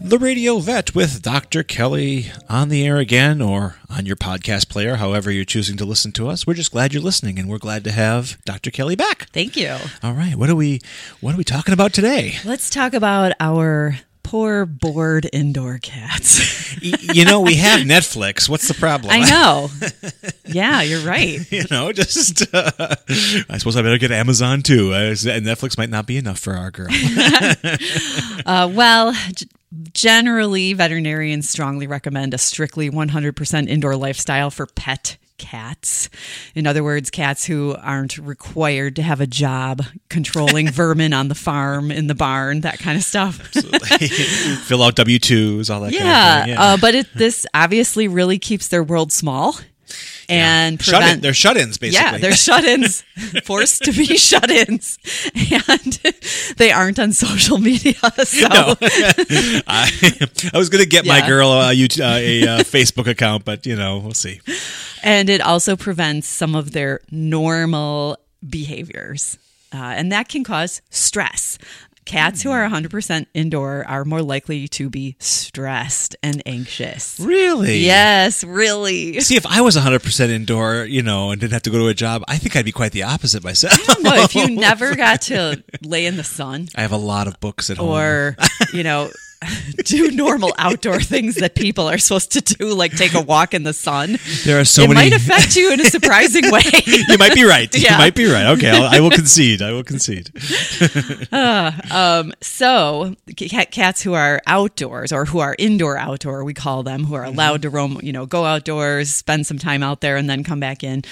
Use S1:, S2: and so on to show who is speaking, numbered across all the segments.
S1: The Radio Vet with Dr. Kelly on the air again or on your podcast player, however you're choosing to listen to us. We're just glad you're listening and we're glad to have Dr. Kelly back.
S2: Thank you.
S1: All right, what are we what are we talking about today?
S2: Let's talk about our poor bored indoor cats.
S1: Y- you know, we have Netflix. What's the problem?
S2: I know. yeah, you're right.
S1: you know, just uh, I suppose I better get Amazon too. Uh, Netflix might not be enough for our girl.
S2: Uh, well, g- generally, veterinarians strongly recommend a strictly 100% indoor lifestyle for pet cats. In other words, cats who aren't required to have a job controlling vermin on the farm, in the barn, that kind of stuff.
S1: Fill out W twos, all that.
S2: yeah,
S1: kind of thing.
S2: Uh, but it, this obviously really keeps their world small and
S1: shut in.
S2: prevent-
S1: They're shut-ins, basically.
S2: Yeah, they're shut-ins, forced to be shut-ins, and they aren't on social media. So
S1: No. I, I was going to get my
S2: Yeah.
S1: girl a, YouTube, uh, a uh, Facebook account, but you know, we'll see.
S2: and it also prevents some of their normal behaviors. Uh, and that can cause stress. Cats
S1: Hmm.
S2: who are 100% indoor are more likely to be stressed and anxious.
S1: Really?
S2: Yes, really.
S1: See, if I was 100% indoor, you know, and didn't have to go to a job, I think I'd be quite the opposite myself.
S2: No, if you never got to lay in the sun
S1: I have a lot of books at home.
S2: or, you know, do normal outdoor things that people are supposed to do, like take a walk in the sun,
S1: There are so
S2: it
S1: many.
S2: might affect you in a surprising way.
S1: you might be right. You
S2: Yeah.
S1: might be right. Okay, I'll, I will concede. I will concede.
S2: Um, so cat, cats who are outdoors or who are indoor outdoor, we call them, who are allowed to roam, you know, go outdoors, spend some time out there, and then come back in.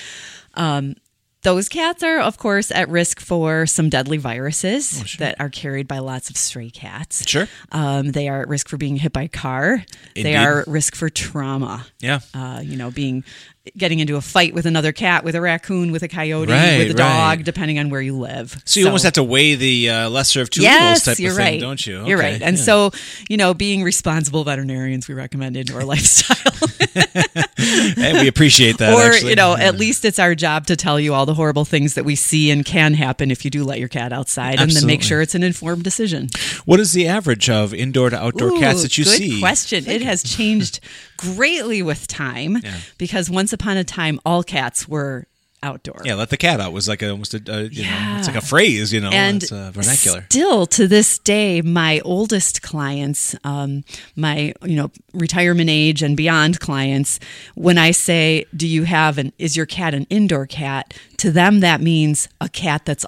S2: Um, those cats are, of course, at risk for some deadly viruses that are carried by lots of stray cats.
S1: Oh, Sure.
S2: Um, they are at risk for being hit by a car.
S1: Indeed.
S2: They are at risk for trauma.
S1: Yeah.
S2: Uh, you know, being getting into a fight with another cat, with a raccoon, with a coyote,
S1: Right,
S2: with a
S1: right.
S2: dog, depending on where you live.
S1: So you almost have to weigh the uh, lesser of two evils
S2: yes,
S1: type
S2: you're
S1: of
S2: right.
S1: thing, don't you?
S2: You're
S1: Okay,
S2: right. And
S1: yeah.
S2: so, you know, being responsible veterinarians, we recommend indoor lifestyle.
S1: Hey, we appreciate that.
S2: or,
S1: actually.
S2: you know,
S1: Yeah.
S2: at least it's our job to tell you all the horrible things that we see and can happen if you do let your cat outside and then
S1: Absolutely.
S2: make sure it's an informed decision.
S1: What is the average of indoor to outdoor cats
S2: Ooh,
S1: that you
S2: good
S1: see?
S2: question. It has changed greatly with time because once upon a time, all cats were outdoor.
S1: Yeah, let the cat out was like a, almost a, a you know, it's like
S2: Yeah.
S1: a phrase, you know,
S2: and
S1: it's a Oh, uh, vernacular.
S2: Still to this day, my oldest clients, um, my you know retirement age and beyond clients, when I say, "Do you have an? Is your cat an indoor cat?" To them, that means a cat that's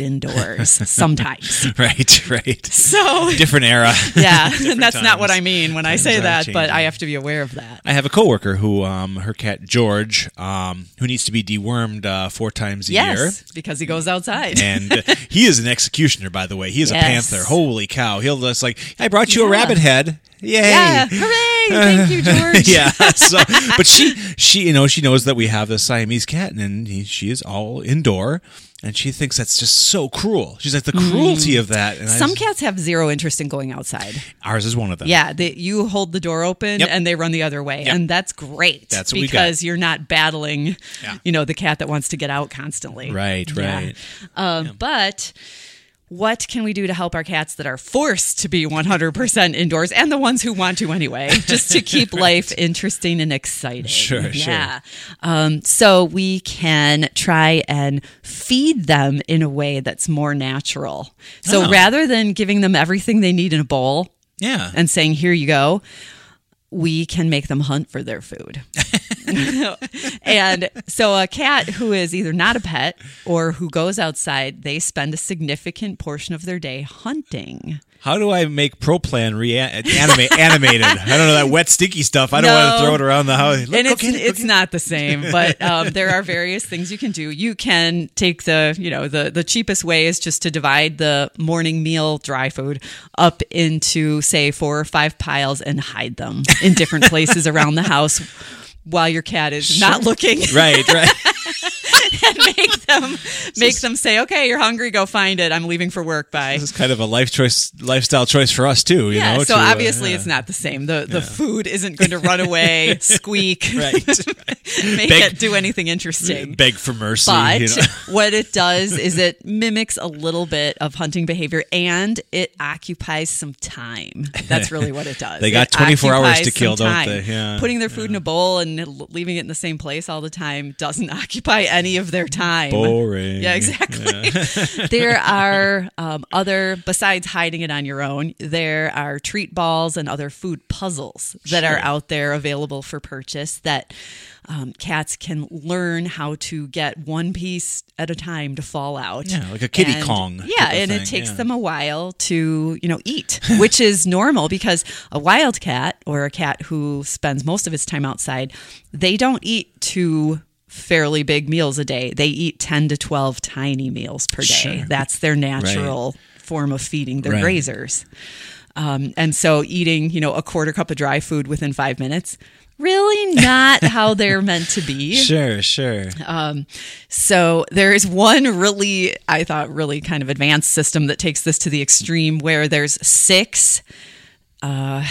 S2: indoors sometimes.
S1: right, right.
S2: So
S1: Different era.
S2: yeah, and that's not what
S1: times.
S2: I mean when I
S1: Times
S2: say
S1: are
S2: that, but
S1: changing.
S2: I have to be aware of that.
S1: I have a coworker who um her cat George um who needs to be dewormed performed uh, four times a year.
S2: Yes, because he goes outside.
S1: And uh, he is an executioner, by the way. He is
S2: Yes.
S1: a panther. Holy cow! He'll just like, I brought you a rabbit head. Yay!
S2: yeah, hooray! Thank you, George.
S1: yeah. So, but she, she, you know, she knows that we have a Siamese cat, and he, she is all indoor, and she thinks that's just so cruel. She's like the cruelty of that. And I
S2: Mm. Some
S1: just-
S2: cats have zero interest in going outside.
S1: ours is one of them.
S2: Yeah, they, you hold the door open
S1: Yep.
S2: and they run the other way,
S1: Yep.
S2: and that's great.
S1: That's what we got.
S2: because you're not battling,
S1: Yeah.
S2: you know, the cat that wants to get out constantly.
S1: Right.
S2: Yeah.
S1: Right.
S2: Um, But what can we do to help our cats that are forced to be 100% indoors and the ones who want to anyway, just to keep life interesting and exciting?
S1: Sure, sure.
S2: Yeah. Um, so we can try and feed them in a way that's more natural.
S1: Oh.
S2: So rather than giving them everything they need in a bowl,
S1: Yeah.
S2: and saying, Here you go, we can make them hunt for their food. and so a cat who is either not a pet or who goes outside, they spend a significant portion of their day hunting.
S1: How do I make ProPlan rea- animate, animated? I don't know that wet sticky stuff. I don't want to
S2: No.
S1: throw it around the house. Look,
S2: and
S1: go
S2: it's
S1: get it, go
S2: it's
S1: get it.
S2: not the same, but um, there are various things you can do. You can take the you know the the cheapest way is just to divide the morning meal dry food up into say four or five piles and hide them in different places around the house while your cat is not looking.
S1: right, right.
S2: and make them make them say, "Okay, you're hungry. Go find it. I'm leaving for work. Bye."
S1: It's kind of a life choice, lifestyle choice for us too. You
S2: Yeah.
S1: know,
S2: so
S1: to, uh,
S2: obviously,
S1: yeah.
S2: it's not the same. the The food isn't going to run away, squeak, make
S1: Beg-
S2: it do anything
S1: right.
S2: interesting.
S1: Beg for mercy.
S2: But
S1: you know.
S2: what it does is it mimics a little bit of hunting behavior and it occupies some time. That's really what it does.
S1: They got
S2: It
S1: 24 hours
S2: occupies
S1: to kill,
S2: some
S1: don't
S2: time.
S1: they? Yeah,
S2: Putting their food in a bowl and l- leaving it in the same place all the time doesn't occupy any of their time.
S1: Boring.
S2: Yeah, exactly. there are um, other, besides hiding it on your own, there are treat balls and other food puzzles that are out there available for purchase that um, cats can learn how to get one piece at a time to fall out.
S1: Yeah, like a Kitty
S2: And-
S1: Kong type
S2: Yeah,
S1: of
S2: and
S1: thing,
S2: it takes
S1: yeah.
S2: them a while to, you know, eat, which is normal because a wild cat or a cat who spends most of its time outside, they don't eat two fairly big meals a day. They eat 10 to 12 tiny meals per day.
S1: Sure.
S2: That's their natural form of feeding their
S1: Right.
S2: grazers. Um, and so eating, you know, a quarter cup of dry food within five minutes, really not how they're meant to be.
S1: Sure, sure.
S2: Uh, So there is one really, I thought, really kind of advanced system that takes this to the extreme where there's six, uh,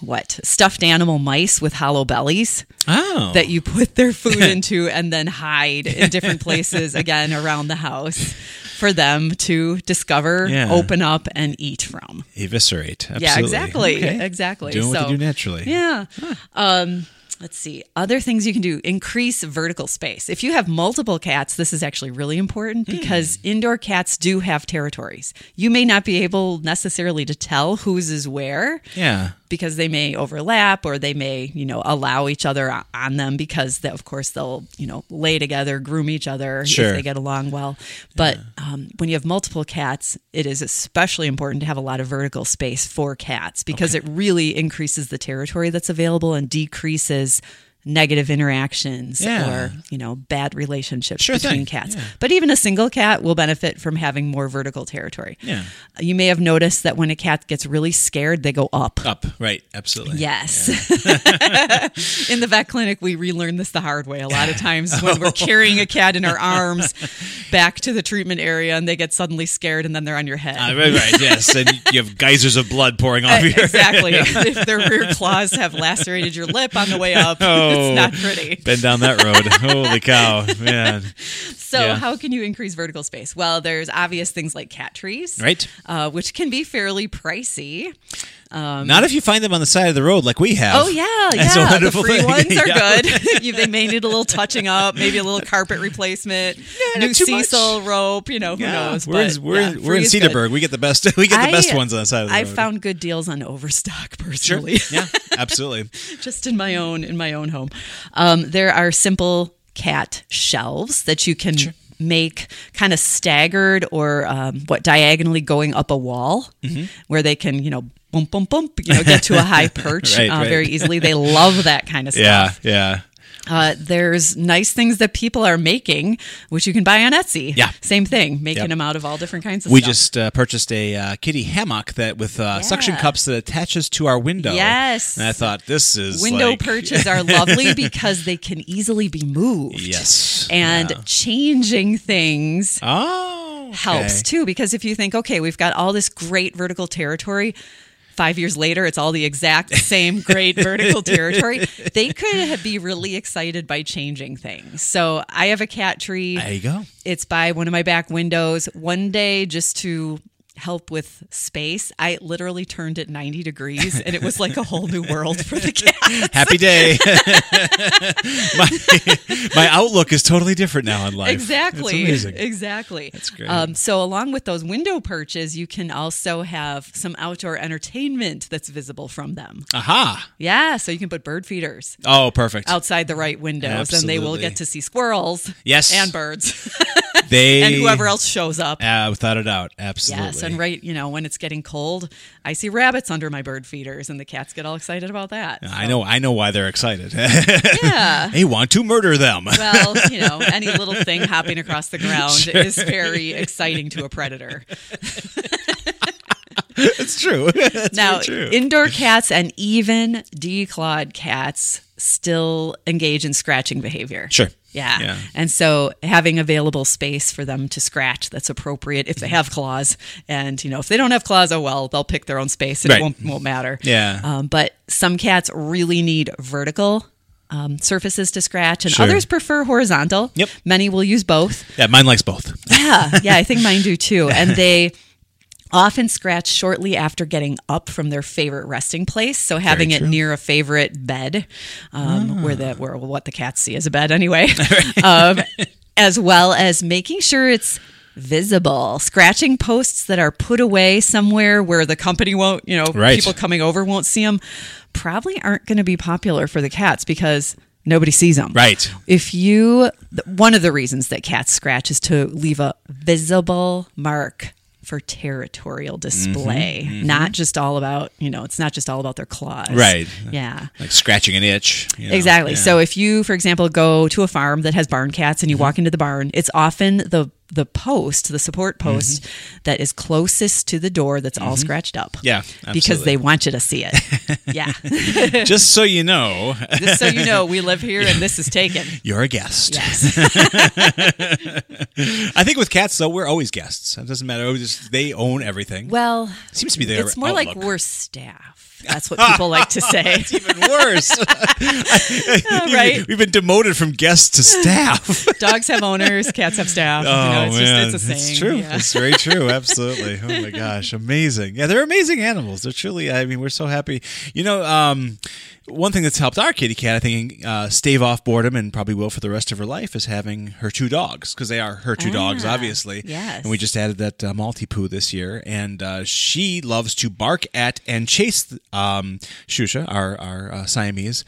S2: what, stuffed animal mice with hollow bellies
S1: oh,
S2: that you put their food into and then hide in different places again around the house for them to discover,
S1: Yeah.
S2: open up, and eat from.
S1: eviscerate. Absolutely.
S2: Yeah, exactly.
S1: Okay.
S2: Exactly.
S1: Doing what
S2: So-
S1: you do naturally.
S2: Yeah. Um, let's see. Other things you can do increase vertical space. If you have multiple cats, this is actually really important because indoor cats do have territories. You may not be able necessarily to tell whose is where
S1: Yeah.
S2: because they may overlap or they may, you know, allow each other o- on them because, they, of course, they'll, you know, lay together, groom each other
S1: Sure.
S2: if they get along well. But um, when you have multiple cats, it is especially important to have a lot of vertical space for cats because it really increases the territory that's available and decreases negative interactions
S1: Yeah.
S2: or you know bad relationships
S1: Sure
S2: between
S1: thing.
S2: cats
S1: Yeah.
S2: but even a single cat will benefit from having more vertical territory
S1: Yeah.
S2: you may have noticed that when a cat gets really scared they go up
S1: Up. Right. Absolutely.
S2: Yes. in the vet clinic, we relearn this the hard way. A lot of times when
S1: Oh.
S2: we're carrying a cat in our arms back to the treatment area and they get suddenly scared and then they're on your head.
S1: Uh, right, right, yes, and you have geysers of blood pouring off your.
S2: exactly. If their rear claws have lacerated your lip on the way up,
S1: Oh.
S2: it's not pretty.
S1: Been down that road. Holy cow, man!
S2: So,
S1: Yeah.
S2: how can you increase vertical space? Well, there's obvious things like cat trees,
S1: Right.
S2: Uh, which can be fairly pricey.
S1: Not if you find them on the side of the road like we have.
S2: Um, Oh yeah,
S1: That's a
S2: yeah. The
S1: wonderful
S2: free
S1: thing.
S2: ones are
S1: Yeah.
S2: good. you, they may need a little touching up, maybe a little carpet replacement,
S1: not
S2: new
S1: too much.
S2: Cecil rope. You know who
S1: Yeah,
S2: knows.
S1: We're,
S2: but,
S1: in, we're,
S2: yeah,
S1: in, we're
S2: free
S1: in
S2: is good.
S1: Cedarburg. We get the best. We get the best
S2: I-
S1: ones on the side of the
S2: I
S1: road.
S2: found good deals on Overstock
S1: sure.
S2: personally,
S1: yeah, absolutely.
S2: just in my own in my own home. Um, there are simple cat shelves that you can. Make kind of staggered or um, what diagonally going up a wall,
S1: Mm-hmm.
S2: where they can you know bump bump bump you know get to a high perch
S1: Right,
S2: uh,
S1: right.
S2: very easily. They love that kind of stuff.
S1: Yeah, yeah.
S2: Uh, there's nice things that people are making, which you can buy on Etsy.
S1: Yeah.
S2: Same thing, making
S1: Yep.
S2: them out of all different kinds of
S1: We
S2: stuff.
S1: just uh, purchased a uh, kitty hammock that with uh, suction
S2: Yeah.
S1: cups that attaches to our window.
S2: Yes.
S1: and I thought this is
S2: window
S1: like-
S2: perches are lovely because they can easily be moved.
S1: Yes.
S2: And changing things
S1: Oh, okay.
S2: helps too because if you think, okay, we've got all this great vertical territory. Five years later, it's all the exact same great vertical territory. They could have- be really excited by changing things. So I have a cat tree.
S1: There you go.
S2: It's by one of my back windows. One day, just to help with space, I literally turned it 90 degrees and it was like a whole new world for the cat.
S1: Happy day. my, my outlook is totally different now on life.
S2: Exactly.
S1: It's amazing.
S2: Exactly. That's
S1: great.
S2: Um, so, along with those window perches, you can also have some outdoor entertainment that's visible from them.
S1: Aha.
S2: Yeah. So, you can put bird feeders
S1: Oh, perfect.
S2: outside the right windows and they will
S1: Absolutely.
S2: get to see squirrels
S1: Yes.
S2: and birds
S1: They
S2: and whoever else shows up.
S1: Uh, without a doubt, absolutely.
S2: Yes, and right, you know, when it's getting cold, I see rabbits under my bird feeders, and the cats get all excited about that.
S1: I know. I know why they're excited.
S2: Yeah.
S1: they want to murder them.
S2: Well, you know, any little thing hopping across the ground is very exciting to a predator.
S1: it's true. It's
S2: now,
S1: very true.
S2: indoor cats and even declawed cats still engage in scratching behavior.
S1: Sure.
S2: Yeah.
S1: Yeah.
S2: And so having available space for them to scratch that's appropriate if they have claws. And, you know, if they don't have claws, oh well, they'll pick their own space. It
S1: Right.
S2: won't, won't matter.
S1: Yeah.
S2: Um, but some cats really need vertical. Um, surfaces to scratch, and
S1: Sure.
S2: others prefer horizontal.
S1: Yep.
S2: Many will use both.
S1: yeah, mine likes both.
S2: Yeah, yeah, I think mine do too. And they often scratch shortly after getting up from their favorite resting place. So having it near a favorite bed, um, where
S1: Ah.
S2: the where what the cats see as a bed anyway, um, as well as making sure it's visible scratching posts that are put away somewhere where the company won't you know
S1: Right.
S2: people coming over won't see them probably aren't going to be popular for the cats because nobody sees them
S1: Right.
S2: if you, th- one of the reasons that cats scratch is to leave a visible mark for territorial
S1: Mm-hmm,
S2: display, not just all about, you know, it's not just all about their claws.
S1: Right.
S2: Yeah.
S1: Like scratching an itch. you know.
S2: Exactly.
S1: Yeah.
S2: So if you, for example, go to a farm that has barn cats and you
S1: Mm-hmm.
S2: walk into the barn, it's often the the post, the support
S1: Mm-hmm.
S2: post that is closest to the door that's all scratched up.
S1: Yeah,
S2: Because
S1: absolutely.
S2: they want you to see it. yeah.
S1: just so you know,
S2: just so you know, we live here and this is taken.
S1: you're a guest.
S2: Yes.
S1: I think with cats though, we're always guests. It doesn't matter. We just- they own everything.
S2: Well,
S1: Seems to be their.
S2: It's more like
S1: outlook.
S2: we're staff. That's what people like to say,
S1: Even worse.
S2: right?
S1: We've been demoted from guest to staff.
S2: Dogs have owners, cats have staff. you know, it's just it's a saying.
S1: true.
S2: Yeah.
S1: Oh, It's very true. Absolutely. Oh my gosh, amazing. Yeah, they're amazing animals. They're truly. I mean, we're so happy. You know, um, one thing that's helped our kitty cat, I think, uh, stave off boredom and probably will for the rest of her life, is having her two dogs because they are her two dogs, obviously.
S2: Ah, yes.
S1: And we just added that uh, Malty Poo this year, and uh, she loves to bark at and chase um, Shusha, our our uh, Siamese.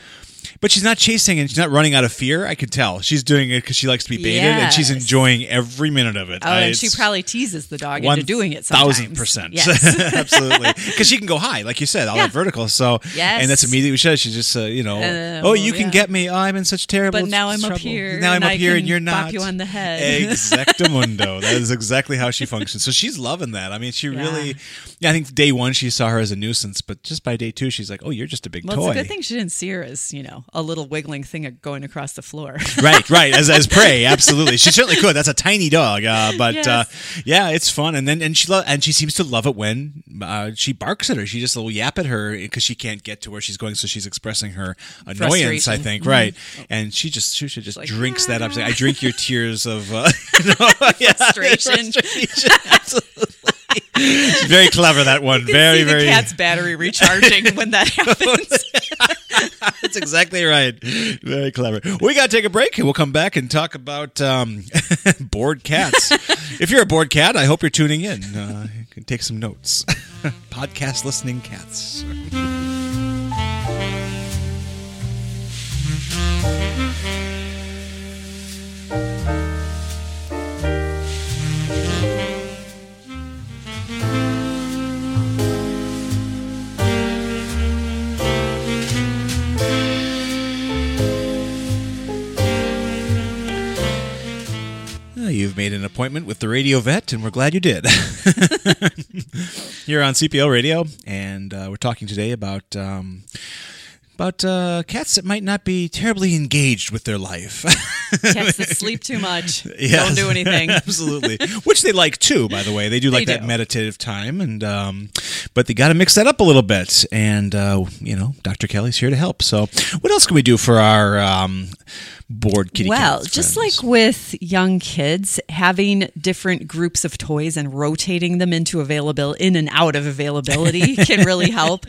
S1: But she's not chasing and she's not running out of fear. I could tell. She's doing it because she likes to be baited and she's
S2: Yes.
S1: enjoying every minute of it.
S2: Oh,
S1: I-
S2: and she
S1: it's
S2: probably teases the dog
S1: one
S2: into doing it. Sometimes.
S1: Thousand percent,
S2: Yes.
S1: absolutely, because she can go high, like you said, all
S2: Yeah.
S1: that vertical. So,
S2: Yes.
S1: and that's immediately what she does. She just, uh, you know,
S2: Uh,
S1: oh,
S2: well,
S1: you can
S2: yeah.
S1: get me. Oh, I'm in such terrible.
S2: But now I'm up
S1: trouble.
S2: here,
S1: Now I'm
S2: and
S1: up
S2: I
S1: here, and
S2: can
S1: you're
S2: bop
S1: not.
S2: you on the head.
S1: Exactamundo. that is exactly how she functions. So she's loving that. I mean, she really. Yeah, I think day one she saw her as a nuisance, but just by day two she's like, oh, you're just a big
S2: Well,
S1: toy.
S2: it's a good thing she didn't see her as you know a little wiggling thing going across the floor.
S1: right, right. As as prey, absolutely. She certainly could. That's a tiny dog, uh, but uh, yeah, it's fun. And then and she lo- and she seems to love it when uh, she barks at her. She just will yap at her because she can't get to where she's going, so she's expressing her annoyance. I
S2: Frustration. Mm-hmm. Oh.
S1: think right, and she just she should just drinks that up. She's like, I drink your tears of uh, you know, yeah,
S2: Frustration.
S1: frustration. Absolutely. Very clever that one. very
S2: See the
S1: very.
S2: cat's battery recharging when that happens.
S1: That's exactly right. Very clever. We got to take a break and we'll come back and talk about um, bored cats. if you're a bored cat, I hope you're tuning in. Uh, you can take some notes. Podcast listening cats. Uh, appointment with the radio vet, and we're glad you did. Here on CPL Radio, and uh, we're talking today about. Um, about uh, cats that might not be terribly engaged with their life.
S2: Cats that sleep too much,
S1: Yes.
S2: don't do anything.
S1: Absolutely. Which they like too, by the way. They do like
S2: They
S1: that
S2: do.
S1: meditative time and um but they gotta mix that up a little bit. And uh, you know, Dr. Kelly's here to help. So what else can we do for our um bored kitty cat
S2: Well, just
S1: friends?
S2: like with young kids, having different groups of toys and rotating them into available in and out of availability can really help.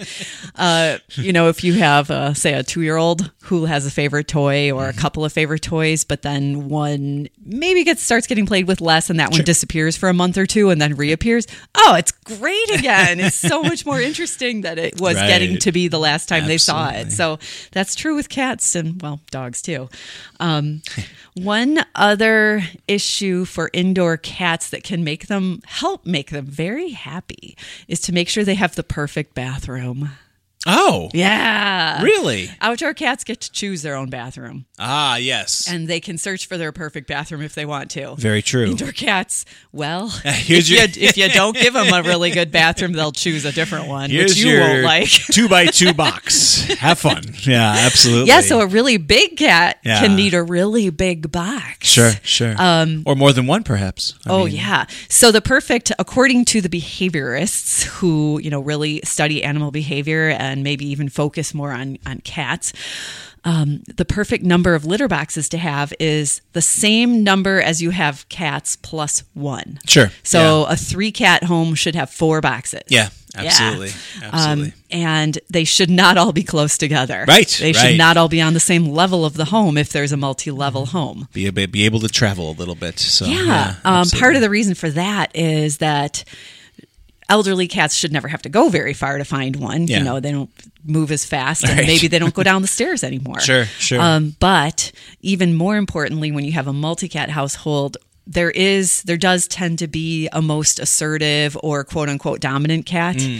S2: Uh, you know, if you have, uh, say, a two year old who has a favorite toy or a
S1: Mm-hmm.
S2: couple of favorite toys, but then one maybe gets starts getting played with less, and that one disappears for a month or two and then reappears. Oh, it's great again! it's so much more interesting than it was
S1: Right.
S2: getting to be the last time they saw it.
S1: Absolutely.
S2: So that's true with cats and, well, dogs too. Um, one other issue for indoor cats that can make them help make them very happy is to make sure they have the perfect bathroom.
S1: Oh
S2: Yeah.
S1: really?
S2: Outdoor cats get to choose their own bathroom
S1: Ah yes.
S2: and they can search for their perfect bathroom if they want to.
S1: Very true.
S2: Indoor cats, well,
S1: Here's
S2: if, you,
S1: your-
S2: if you don't give them a really good bathroom, they'll choose a different one, which you won't like.
S1: two by two box. Have fun. Yeah, absolutely.
S2: Yeah, so a really big cat
S1: Yeah.
S2: can need a really big box.
S1: Sure, sure. Um, or more than one, perhaps. I
S2: Oh
S1: mean,
S2: yeah. So the perfect according to the behaviorists who, you know, really study animal behavior and maybe even focus more on on cats, um, the perfect number of litter boxes to have is the same number as you have cats plus one.
S1: Sure.
S2: So a three cat home should have four boxes.
S1: Yeah, absolutely.
S2: Yeah.
S1: Absolutely.
S2: Um, and they should not all be close together.
S1: Right,
S2: They should
S1: right.
S2: not all be on the same level of the home if there's a multi level home.
S1: be, be, be able to travel a little bit. So
S2: Yeah. um, part of the reason for that is that elderly cats should never have to go very far to find one.
S1: Yeah.
S2: You know, they don't move as fast and
S1: Right.
S2: maybe they don't go down the stairs anymore.
S1: Sure, sure.
S2: Um, but even more importantly, when you have a multi cat household, there is there does tend to be a most assertive or quote unquote dominant cat.
S1: Hmm.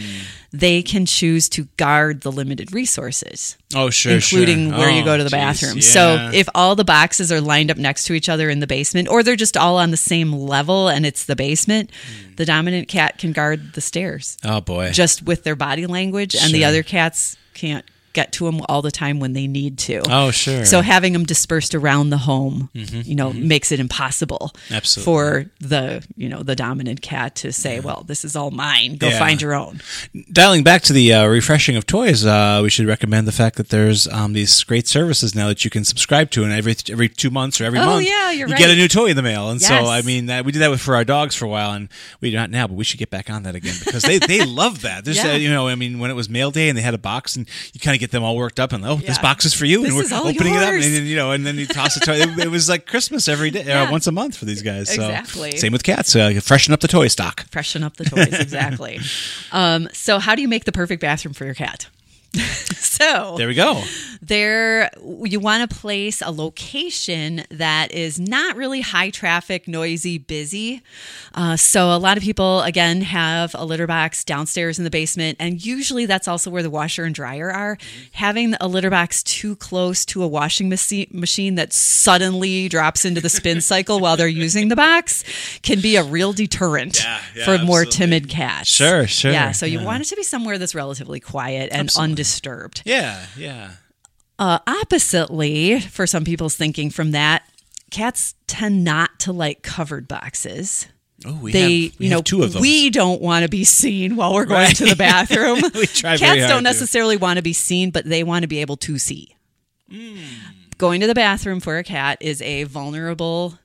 S2: They can choose to guard the limited resources
S1: oh sure,
S2: including
S1: sure.
S2: where you
S1: Oh,
S2: go to the
S1: geez.
S2: bathroom.
S1: Yeah.
S2: So if all the boxes are lined up next to each other in the basement, or they're just all on the same level and it's the basement,
S1: Hmm.
S2: the dominant cat can guard the stairs
S1: oh boy,
S2: just with their body language, and the other cats can't get to them all the time when they need to.
S1: oh sure. Mm-hmm,
S2: So having them dispersed around the home, you know, makes it impossible
S1: Absolutely.
S2: for the, you know, the dominant cat to say, "Well, this is all mine. Go
S1: Yeah.
S2: find your own."
S1: dialing back to the uh, refreshing of toys, uh, we should recommend the fact that there's um, these great services now that you can subscribe to, and every every two months or every
S2: Oh,
S1: month,
S2: yeah, you're
S1: you get a
S2: right.
S1: new toy in the mail. And
S2: Yes.
S1: so, I mean, that, we did that with, for our dogs for a while, and we not now, but we should get back on that again because they, they love that. There's,
S2: Yeah.
S1: uh, you know, I mean, when it was mail day and they had a box, and you kind of get them all worked up, and oh, this
S2: Yeah.
S1: box is for you,
S2: This
S1: and we're
S2: is all
S1: opening it up, and
S2: yours.
S1: then you know, and then you toss a toy. it, it was like Christmas every day, uh,
S2: Yeah.
S1: once a month for these guys. So.
S2: Exactly.
S1: Same with cats. Uh, freshen up the toy stock.
S2: freshen up the toys exactly um, so how do you make the perfect bathroom for your cat so
S1: There we go.
S2: there you want to place a location that is not really high traffic noisy busy uh, so a lot of people again have a litter box downstairs in the basement and usually that's also where the washer and dryer are having a litter box too close to a washing machi- machine that suddenly drops into the spin cycle while they're using the box can be a real deterrent
S1: yeah,
S2: for more
S1: absolutely.
S2: timid cats
S1: Sure, sure,
S2: yeah so you
S1: yeah.
S2: want it to be somewhere that's relatively quiet and undisturbed
S1: Yeah, yeah.
S2: uh, oppositely, for some people's thinking from that, cats tend not to like covered boxes.
S1: Oh, we
S2: they,
S1: have, we
S2: you know,
S1: have two of them.
S2: we don't want to be seen while we're going
S1: Right.
S2: to the bathroom.
S1: We try
S2: Cats
S1: very hard
S2: don't
S1: to.
S2: necessarily want to be seen, but they want to be able to see.
S1: Hmm.
S2: Going to the bathroom for a cat is a vulnerable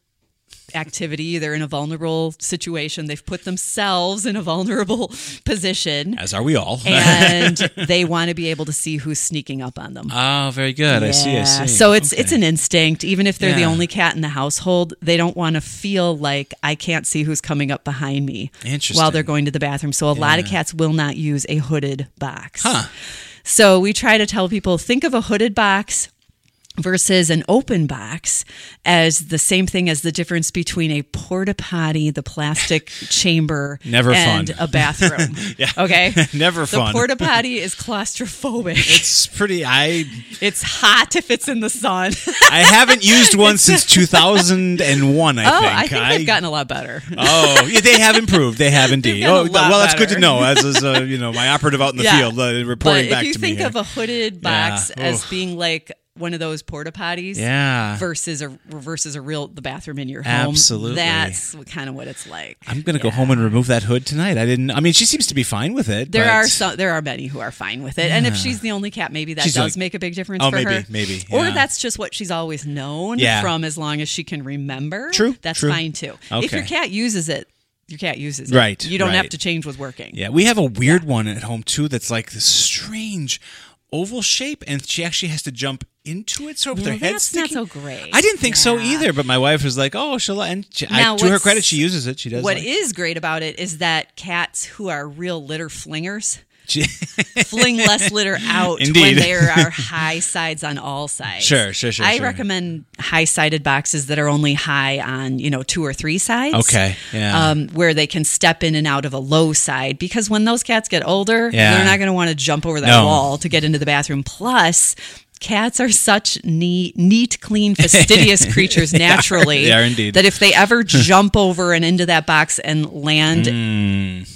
S2: activity. They're in a vulnerable situation. They've put themselves in a vulnerable position.
S1: as are we all.
S2: And they want to be able to see who's sneaking up on them.
S1: oh, very good. I see. I
S2: Yeah,
S1: see.
S2: So it's
S1: Okay.
S2: it's an instinct. Even if they're the
S1: Yeah.
S2: only cat in the household, they don't want to feel like I can't see who's coming up behind me while
S1: Interesting.
S2: they're going to the bathroom. So a lot of cats will not use a hooded box. So we try to tell people think of a hooded box versus an open box as the same thing as the difference between a porta potty, the plastic chamber,
S1: Never
S2: and
S1: fun.
S2: a bathroom.
S1: Yeah.
S2: Okay.
S1: Never
S2: the
S1: fun.
S2: porta potty is claustrophobic. It's,
S1: It's pretty. I
S2: hot if it's in the sun.
S1: I haven't used one since 2001. I
S2: oh,
S1: think.
S2: I think they've gotten a lot better.
S1: Oh, yeah, they have improved. They have indeed.
S2: gotten
S1: Oh,
S2: a
S1: th-
S2: lot
S1: well, that's good
S2: better.
S1: to know. As is, uh, you know, my operative out in the
S2: Yeah.
S1: field uh, reporting
S2: but
S1: back
S2: if you
S1: to
S2: think
S1: me.
S2: of a hooded
S1: Yeah.
S2: box as
S1: Oof.
S2: being like one of those porta potties
S1: yeah,
S2: versus a versus a real the bathroom in your home
S1: Absolutely.
S2: that's kind of what it's like
S1: I'm gonna go home and remove that hood tonight. I didn't. I mean, she seems to be fine with it.
S2: There
S1: but-
S2: are some. There are many who are fine with it, and if she's the only cat, maybe that
S1: She's
S2: does
S1: like-
S2: make a big difference
S1: Oh,
S2: for
S1: maybe,
S2: her.
S1: maybe,
S2: or
S1: yeah.
S2: that's just what she's always known
S1: Yeah.
S2: from, as long as she can remember.
S1: True,
S2: that's
S1: true.
S2: fine too. If your
S1: Okay.
S2: cat uses it, your cat uses it.
S1: Right,
S2: You don't have
S1: right.
S2: to change what's working.
S1: Yeah, we have a weird one at home too. That's like this strange oval shape, and she actually has to jump into it. So with
S2: Yeah,
S1: her head
S2: that's not
S1: sticking.
S2: so great.
S1: I didn't think so
S2: Yeah.
S1: either. But my wife was like, "Oh, she'll." And she, I,
S2: Now,
S1: to her
S2: what's-
S1: credit, she uses it. She
S2: What
S1: does.
S2: is
S1: like-
S2: great about it is that cats who are real litter flingers fling less litter out when
S1: Indeed.
S2: there are high sides on all sides.
S1: Sure, sure, sure,
S2: I
S1: sure.
S2: recommend high sided boxes that are only high on, you know, two or three sides.
S1: Okay, yeah.
S2: Um, where they can step in and out of a low side because when those cats get older,
S1: Yeah.
S2: they're not going to want to jump over that
S1: No.
S2: wall to get into the bathroom. Plus, Cats are such neat, neat, clean, fastidious creatures naturally.
S1: They are indeed.
S2: That if they ever jump over and into that box and land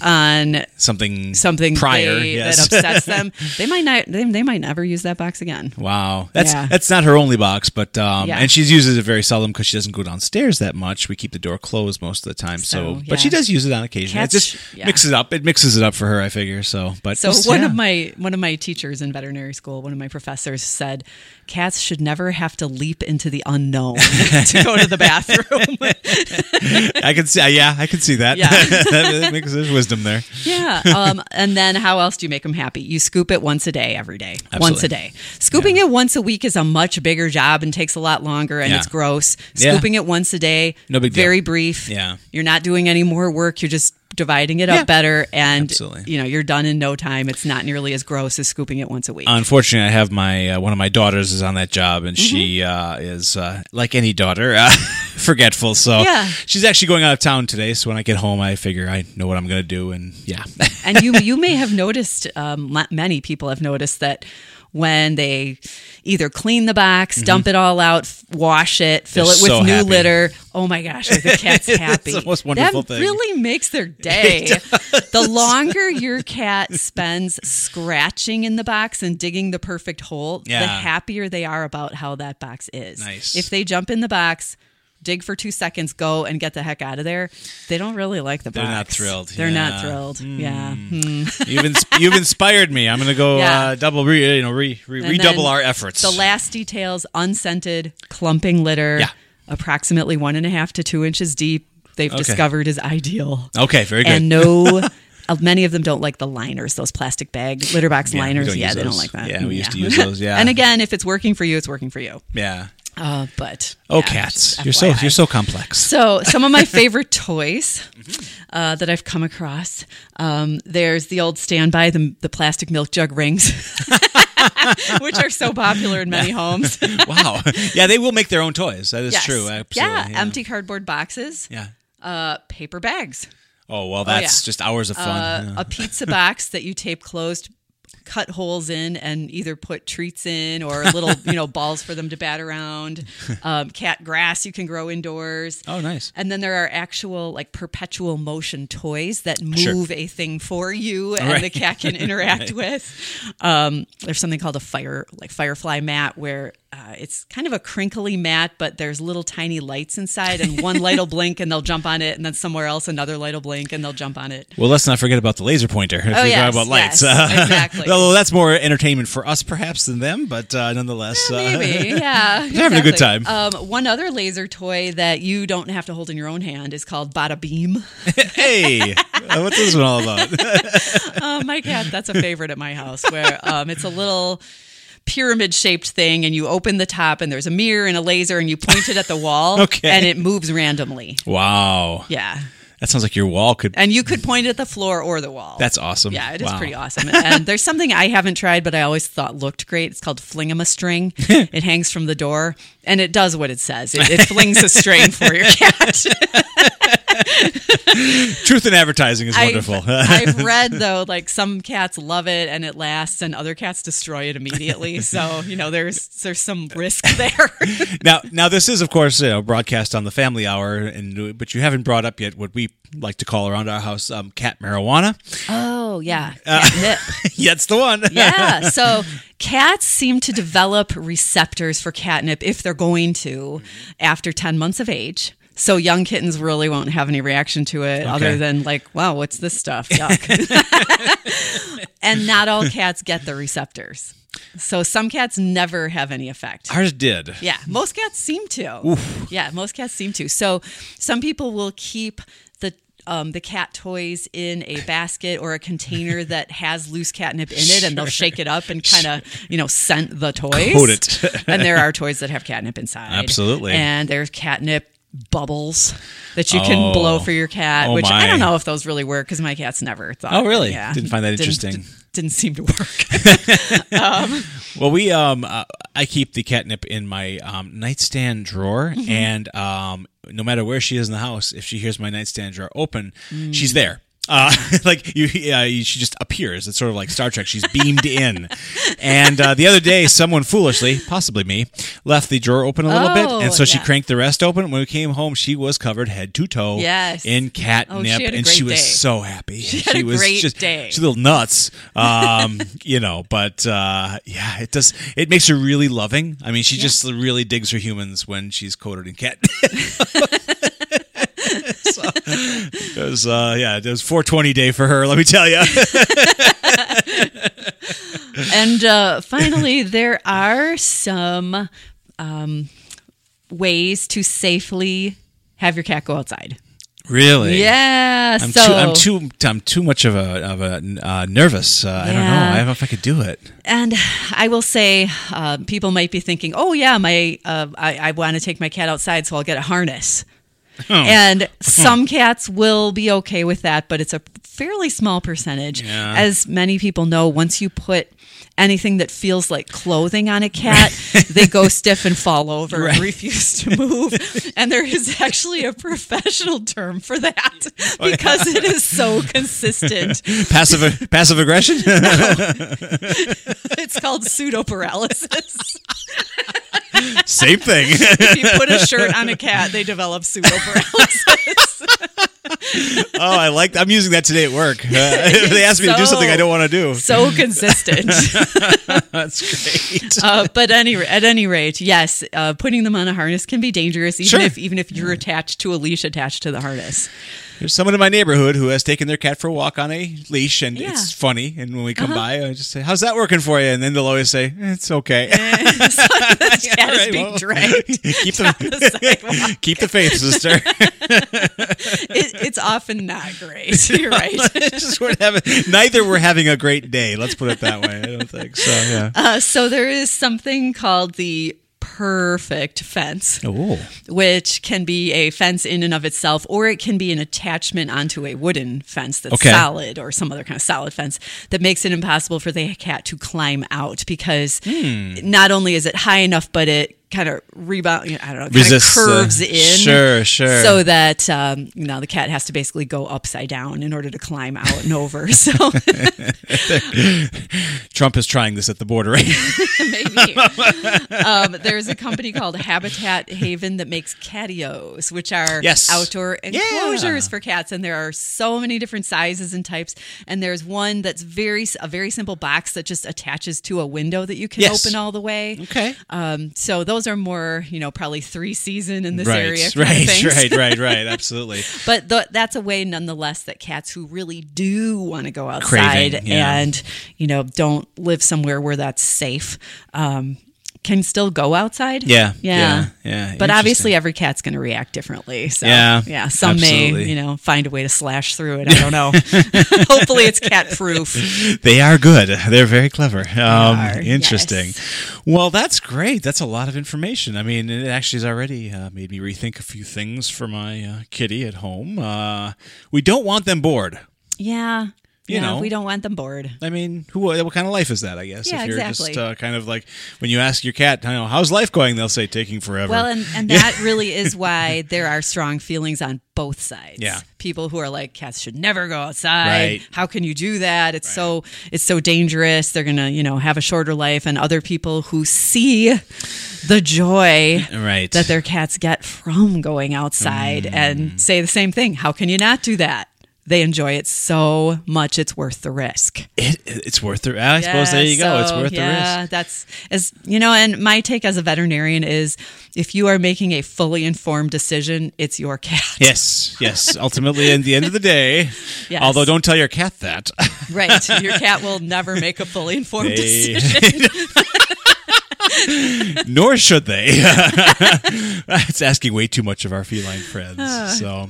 S2: on
S1: something
S2: something
S1: Mm. prior.
S2: they-
S1: yes.
S2: that upsets them, they might not. They, they might never use that box again.
S1: Wow, that's
S2: Yeah.
S1: that's not her only box, but um,
S2: Yeah.
S1: and she uses it very seldom because she doesn't go downstairs that much. We keep the door closed most of the time, so,
S2: So,
S1: but she
S2: yeah.
S1: does use it on occasion.
S2: Cats-
S1: it just
S2: yeah.
S1: mixes up. It mixes it up for her, I figure. So, but
S2: So
S1: just-
S2: one
S1: yeah.
S2: of my one of my teachers in veterinary school, one of my professors said, cats should never have to leap into the unknown to go to the bathroom.
S1: I can see, yeah, I can see that.
S2: Yeah.
S1: that makes there's wisdom there.
S2: yeah. Um, and then how else do you make them happy? You scoop it once a day, every day, once
S1: Absolutely.
S2: a day. Scooping it once a week is a much bigger job and takes a lot longer, and
S1: Yeah.
S2: it's gross.
S1: Yeah.
S2: Scooping it once a day,
S1: No big deal.
S2: very brief.
S1: Yeah.
S2: you're not doing any more work. You're just dividing it up
S1: Yeah.
S2: better, and
S1: Absolutely.
S2: you know you're done in no time. It's not nearly as gross as scooping it once a week.
S1: Unfortunately, I have my uh, one of my daughters is on that job, and she
S2: Mm-hmm.
S1: uh, is uh, like any daughter, uh, forgetful. So
S2: Yeah.
S1: she's actually going out of town today. So when I get home, I figure I know what I'm going to do, and yeah,
S2: and you you may have noticed um, ma- many people have noticed that when they either clean the box, dump it all out, f- wash it, fill
S1: Mm-hmm. They're
S2: it with
S1: so
S2: new
S1: happy.
S2: litter. Oh my gosh, like the cat's happy.
S1: the most wonderful
S2: that
S1: thing.
S2: really makes their day. The longer your cat spends scratching in the box and digging the perfect hole, the
S1: Yeah.
S2: happier they are about how that box is.
S1: Nice.
S2: If they jump in the box. Dig for two seconds, go and get the heck out of there. They don't really like the
S1: They're
S2: box.
S1: not thrilled,
S2: They're
S1: yeah. Hmm.
S2: not thrilled. Yeah.
S1: you've ins- you've inspired me. I'm going to go
S2: Yeah.
S1: uh, double, re- you know, re- re-
S2: And
S1: redouble
S2: then
S1: our efforts.
S2: The last details unscented, clumping litter,
S1: Yeah.
S2: approximately one and a half to two inches deep, they've
S1: Okay.
S2: discovered is ideal.
S1: okay, very good.
S2: And no, uh, many of them don't like the liners, those plastic bag, litter box
S1: Yeah, we
S2: liners.
S1: don't
S2: Yeah,
S1: use
S2: they don't
S1: those.
S2: like that.
S1: Yeah, we used to use those, yeah.
S2: and again, if it's working for you, it's working for you.
S1: yeah.
S2: Uh, but.
S1: Oh,
S2: yeah,
S1: cats!
S2: just
S1: You're so
S2: FYI.
S1: you're so complex.
S2: So, some of my favorite toys uh, that I've come across. Um, there's the old standby, the, the plastic milk jug rings, which are so popular in many homes.
S1: wow. Yeah, they will make their own toys. That is
S2: Yes.
S1: true. Absolutely.
S2: Yeah, empty cardboard boxes,
S1: Yeah.
S2: uh, paper bags,
S1: Oh well, that's
S2: yeah.
S1: just hours of fun.
S2: uh,
S1: Yeah.
S2: a pizza box that you tape closed, cut holes in, and either put treats in or little you know balls for them to bat around. Um, cat grass you can grow indoors.
S1: Oh, nice.
S2: And then there are actual like perpetual motion toys that move
S1: Sure.
S2: a thing for you and
S1: Right.
S2: the cat can interact with. Um, there's something called a fire like firefly mat where uh, it's kind of a crinkly mat, but there's little tiny lights inside, and one light will blink and they'll jump on it, and then somewhere else another light will blink and they'll jump on it.
S1: Well, let's not forget about the laser pointer. If
S2: Oh,
S1: we
S2: yes,
S1: talk about lights,
S2: yes, exactly.
S1: Although that's uh, more entertainment for us perhaps than them, but uh, nonetheless, uh,
S2: Maybe, yeah.
S1: They're having a good time.
S2: Um, one other laser toy that you don't have to hold in your own hand is called Bada Beam.
S1: hey, uh, what's this one all about?
S2: Oh my god, that's a favorite at my house. Where um, it's a little pyramid shaped thing, and you open the top, and there's a mirror and a laser, and you point it at the wall,
S1: Okay.
S2: and it moves randomly.
S1: wow.
S2: Yeah,
S1: That sounds like your wall could.
S2: And you could point at the floor or the wall.
S1: That's awesome.
S2: Yeah, it is
S1: Wow.
S2: pretty awesome. And there's something I haven't tried, but I always thought looked great. It's called Fling'em a String. it hangs from the door and it does what it says. It, it flings a string for your cat.
S1: Truth in advertising is wonderful.
S2: I've, I've read though, like some cats love it and it lasts, and other cats destroy it immediately. So you know, there's there's some risk there.
S1: now, now this is, of course, you know, broadcast on the Family Hour, and but you haven't brought up yet what we like to call around our house um, cat marijuana.
S2: oh yeah, catnip.
S1: yeah, it's the one.
S2: yeah. So cats seem to develop receptors for catnip if they're going to after 10 months of age. So young kittens really won't have any reaction to it
S1: Okay.
S2: other than like, wow, what's this stuff? Yuck. and not all cats get the receptors. So some cats never have any effect.
S1: Ours did.
S2: Yeah, most cats seem to. Yeah, most cats seem to. So some people will keep the um, the cat toys in a basket or a container that has loose catnip in it, and they'll shake it up and kind of you know scent the toys.
S1: Coat it.
S2: and there are toys that have catnip inside.
S1: Absolutely.
S2: And there's catnip bubbles that you can
S1: Oh.
S2: blow for your cat,
S1: Oh,
S2: which
S1: my.
S2: I don't know if those really work because my cat's never thought.
S1: Oh, really? Didn't find that interesting.
S2: Didn't, didn't seem to work.
S1: Well, we um, uh, I keep the catnip in my um, nightstand drawer,
S2: Mm-hmm.
S1: and um, no matter where she is in the house, if she hears my nightstand drawer open,
S2: Mm.
S1: she's there. Uh, like you, uh, you, she just appears. It's sort of like Star Trek. She's beamed in. And uh, the other day, someone foolishly, possibly me, left the drawer open a little
S2: Oh,
S1: bit, and so she
S2: yeah.
S1: cranked the rest open. When we came home, she was covered head to toe
S2: Yes.
S1: in catnip,
S2: Oh, she had a
S1: and
S2: great
S1: she was
S2: day.
S1: so happy. She,
S2: had a
S1: was
S2: great
S1: just
S2: day.
S1: she's a little nuts, um, you know. But uh, yeah, it does. It makes her really loving. I mean, she just really digs her humans when she's coated in cat. So, it was uh, yeah, it was 420 day for her. Let me tell you.
S2: and uh, finally, there are some um, ways to safely have your cat go outside.
S1: really?
S2: Yeah.
S1: I'm
S2: so
S1: too. I'm too. I'm too much of a of a uh, nervous. Uh, I don't know.
S2: Yeah.
S1: I don't know if I could do it.
S2: and I will say, uh, people might be thinking, "Oh yeah, my uh, I, I want to take my cat outside, so I'll get a harness." And some cats will be okay with that, but it's a fairly small percentage. As many people know, once you put anything that feels like clothing on a cat, they go stiff and fall over and refuse to move. and there is actually a professional term for that because it is so consistent.
S1: Passive passive aggression.
S2: It's called pseudoparalysis.
S1: Same thing.
S2: if you put a shirt on a cat, they develop pseudoparalysis.
S1: oh, I like. I'm using that today at work. Uh, they asked me to do something I don't want to do.
S2: so consistent.
S1: That's great.
S2: Uh, but any, at any rate, yes, uh, putting them on a harness can be dangerous, even
S1: Sure.
S2: if even if you're attached to a leash attached to the harness.
S1: There's someone in my neighborhood who has taken their cat for a walk on a leash, and
S2: Yeah. Uh-huh.
S1: it's funny. And when we come by, I just say, "How's that working for you?" And then they'll always say, "It's okay."
S2: The cat is
S1: Right,
S2: being
S1: well,
S2: dragged.
S1: keep the keep the faith, sister.
S2: It, it's often not great. You're right.
S1: Just we're having, neither we're having a great day. Let's put it that way. I don't think so. Yeah.
S2: Uh, so there is something called the perfect fence.
S1: oh,
S2: which can be a fence in and of itself, or it can be an attachment onto a wooden fence that's
S1: Okay.
S2: solid or some other kind of solid fence that makes it impossible for the cat to climb out because
S1: Hmm.
S2: not only is it high enough, but it kind of rebound. I don't know, kind of
S1: Resists the-
S2: curves in.
S1: Sure, sure.
S2: So that um, you know the cat has to basically go upside down in order to climb out and over. So
S1: Trump is trying this at the border. Right?
S2: maybe. um, there's a company called Habitat Haven that makes catios, which are
S1: Yes.
S2: outdoor
S1: Yeah.
S2: enclosures for cats, and there are so many different sizes and types. And there's one that's very a very simple box that just attaches to a window that you can
S1: Yes.
S2: open all the way.
S1: Okay.
S2: Um, so those are more, you know, probably three season in this
S1: right,
S2: area. kind of
S1: right,
S2: things.
S1: right, right, right. Absolutely.
S2: But th- that's a way, nonetheless, that cats who really do want to go outside
S1: Craving, yeah.
S2: and you know don't live somewhere where that's safe um, can still go outside.
S1: Yeah,
S2: Yeah.
S1: yeah, yeah.
S2: But obviously,
S1: Interesting.
S2: every cat's going to react differently. So,
S1: Yeah,
S2: Yeah. Some may,
S1: absolutely.
S2: you know, find a way to slash through it. I don't know. Hopefully, it's cat proof.
S1: They are good. They're very clever. Um,
S2: are,
S1: interesting. Well, that's great. That's a lot of information. I mean, it actually has already uh, made me rethink a few things for my uh, kitty at home. Uh, we don't want them bored.
S2: Yeah.
S1: You
S2: yeah,
S1: know.
S2: we don't want them bored.
S1: I mean, who? What kind of life is that? I guess
S2: Yeah,
S1: if you're just
S2: exactly.
S1: uh, kind of like when you ask your cat, you know, how's life going? They'll say taking forever.
S2: Well, and, and
S1: Yeah.
S2: that really is why there are strong feelings on both sides.
S1: Yeah.
S2: People who are like, cats should never go outside.
S1: Right.
S2: How can you do that? It's so it's so dangerous. They're gonna, you know, have a shorter life. And other people who see the joy
S1: right.
S2: that their cats get from going outside
S1: Mm.
S2: and say the same thing. How can you not do that? They enjoy it so much it's worth the risk.
S1: It, it's worth the. I suppose there you go. It's worth the risk.
S2: That's as you know, and my take as a veterinarian is if you are making a fully informed decision, it's your cat.
S1: Yes, yes. Ultimately, at the end of the day,
S2: Yes.
S1: although don't tell your cat that.
S2: Right. Your cat will never make a fully informed decision.
S1: nor should they. it's asking way too much of our feline
S2: Ah.
S1: friends. So,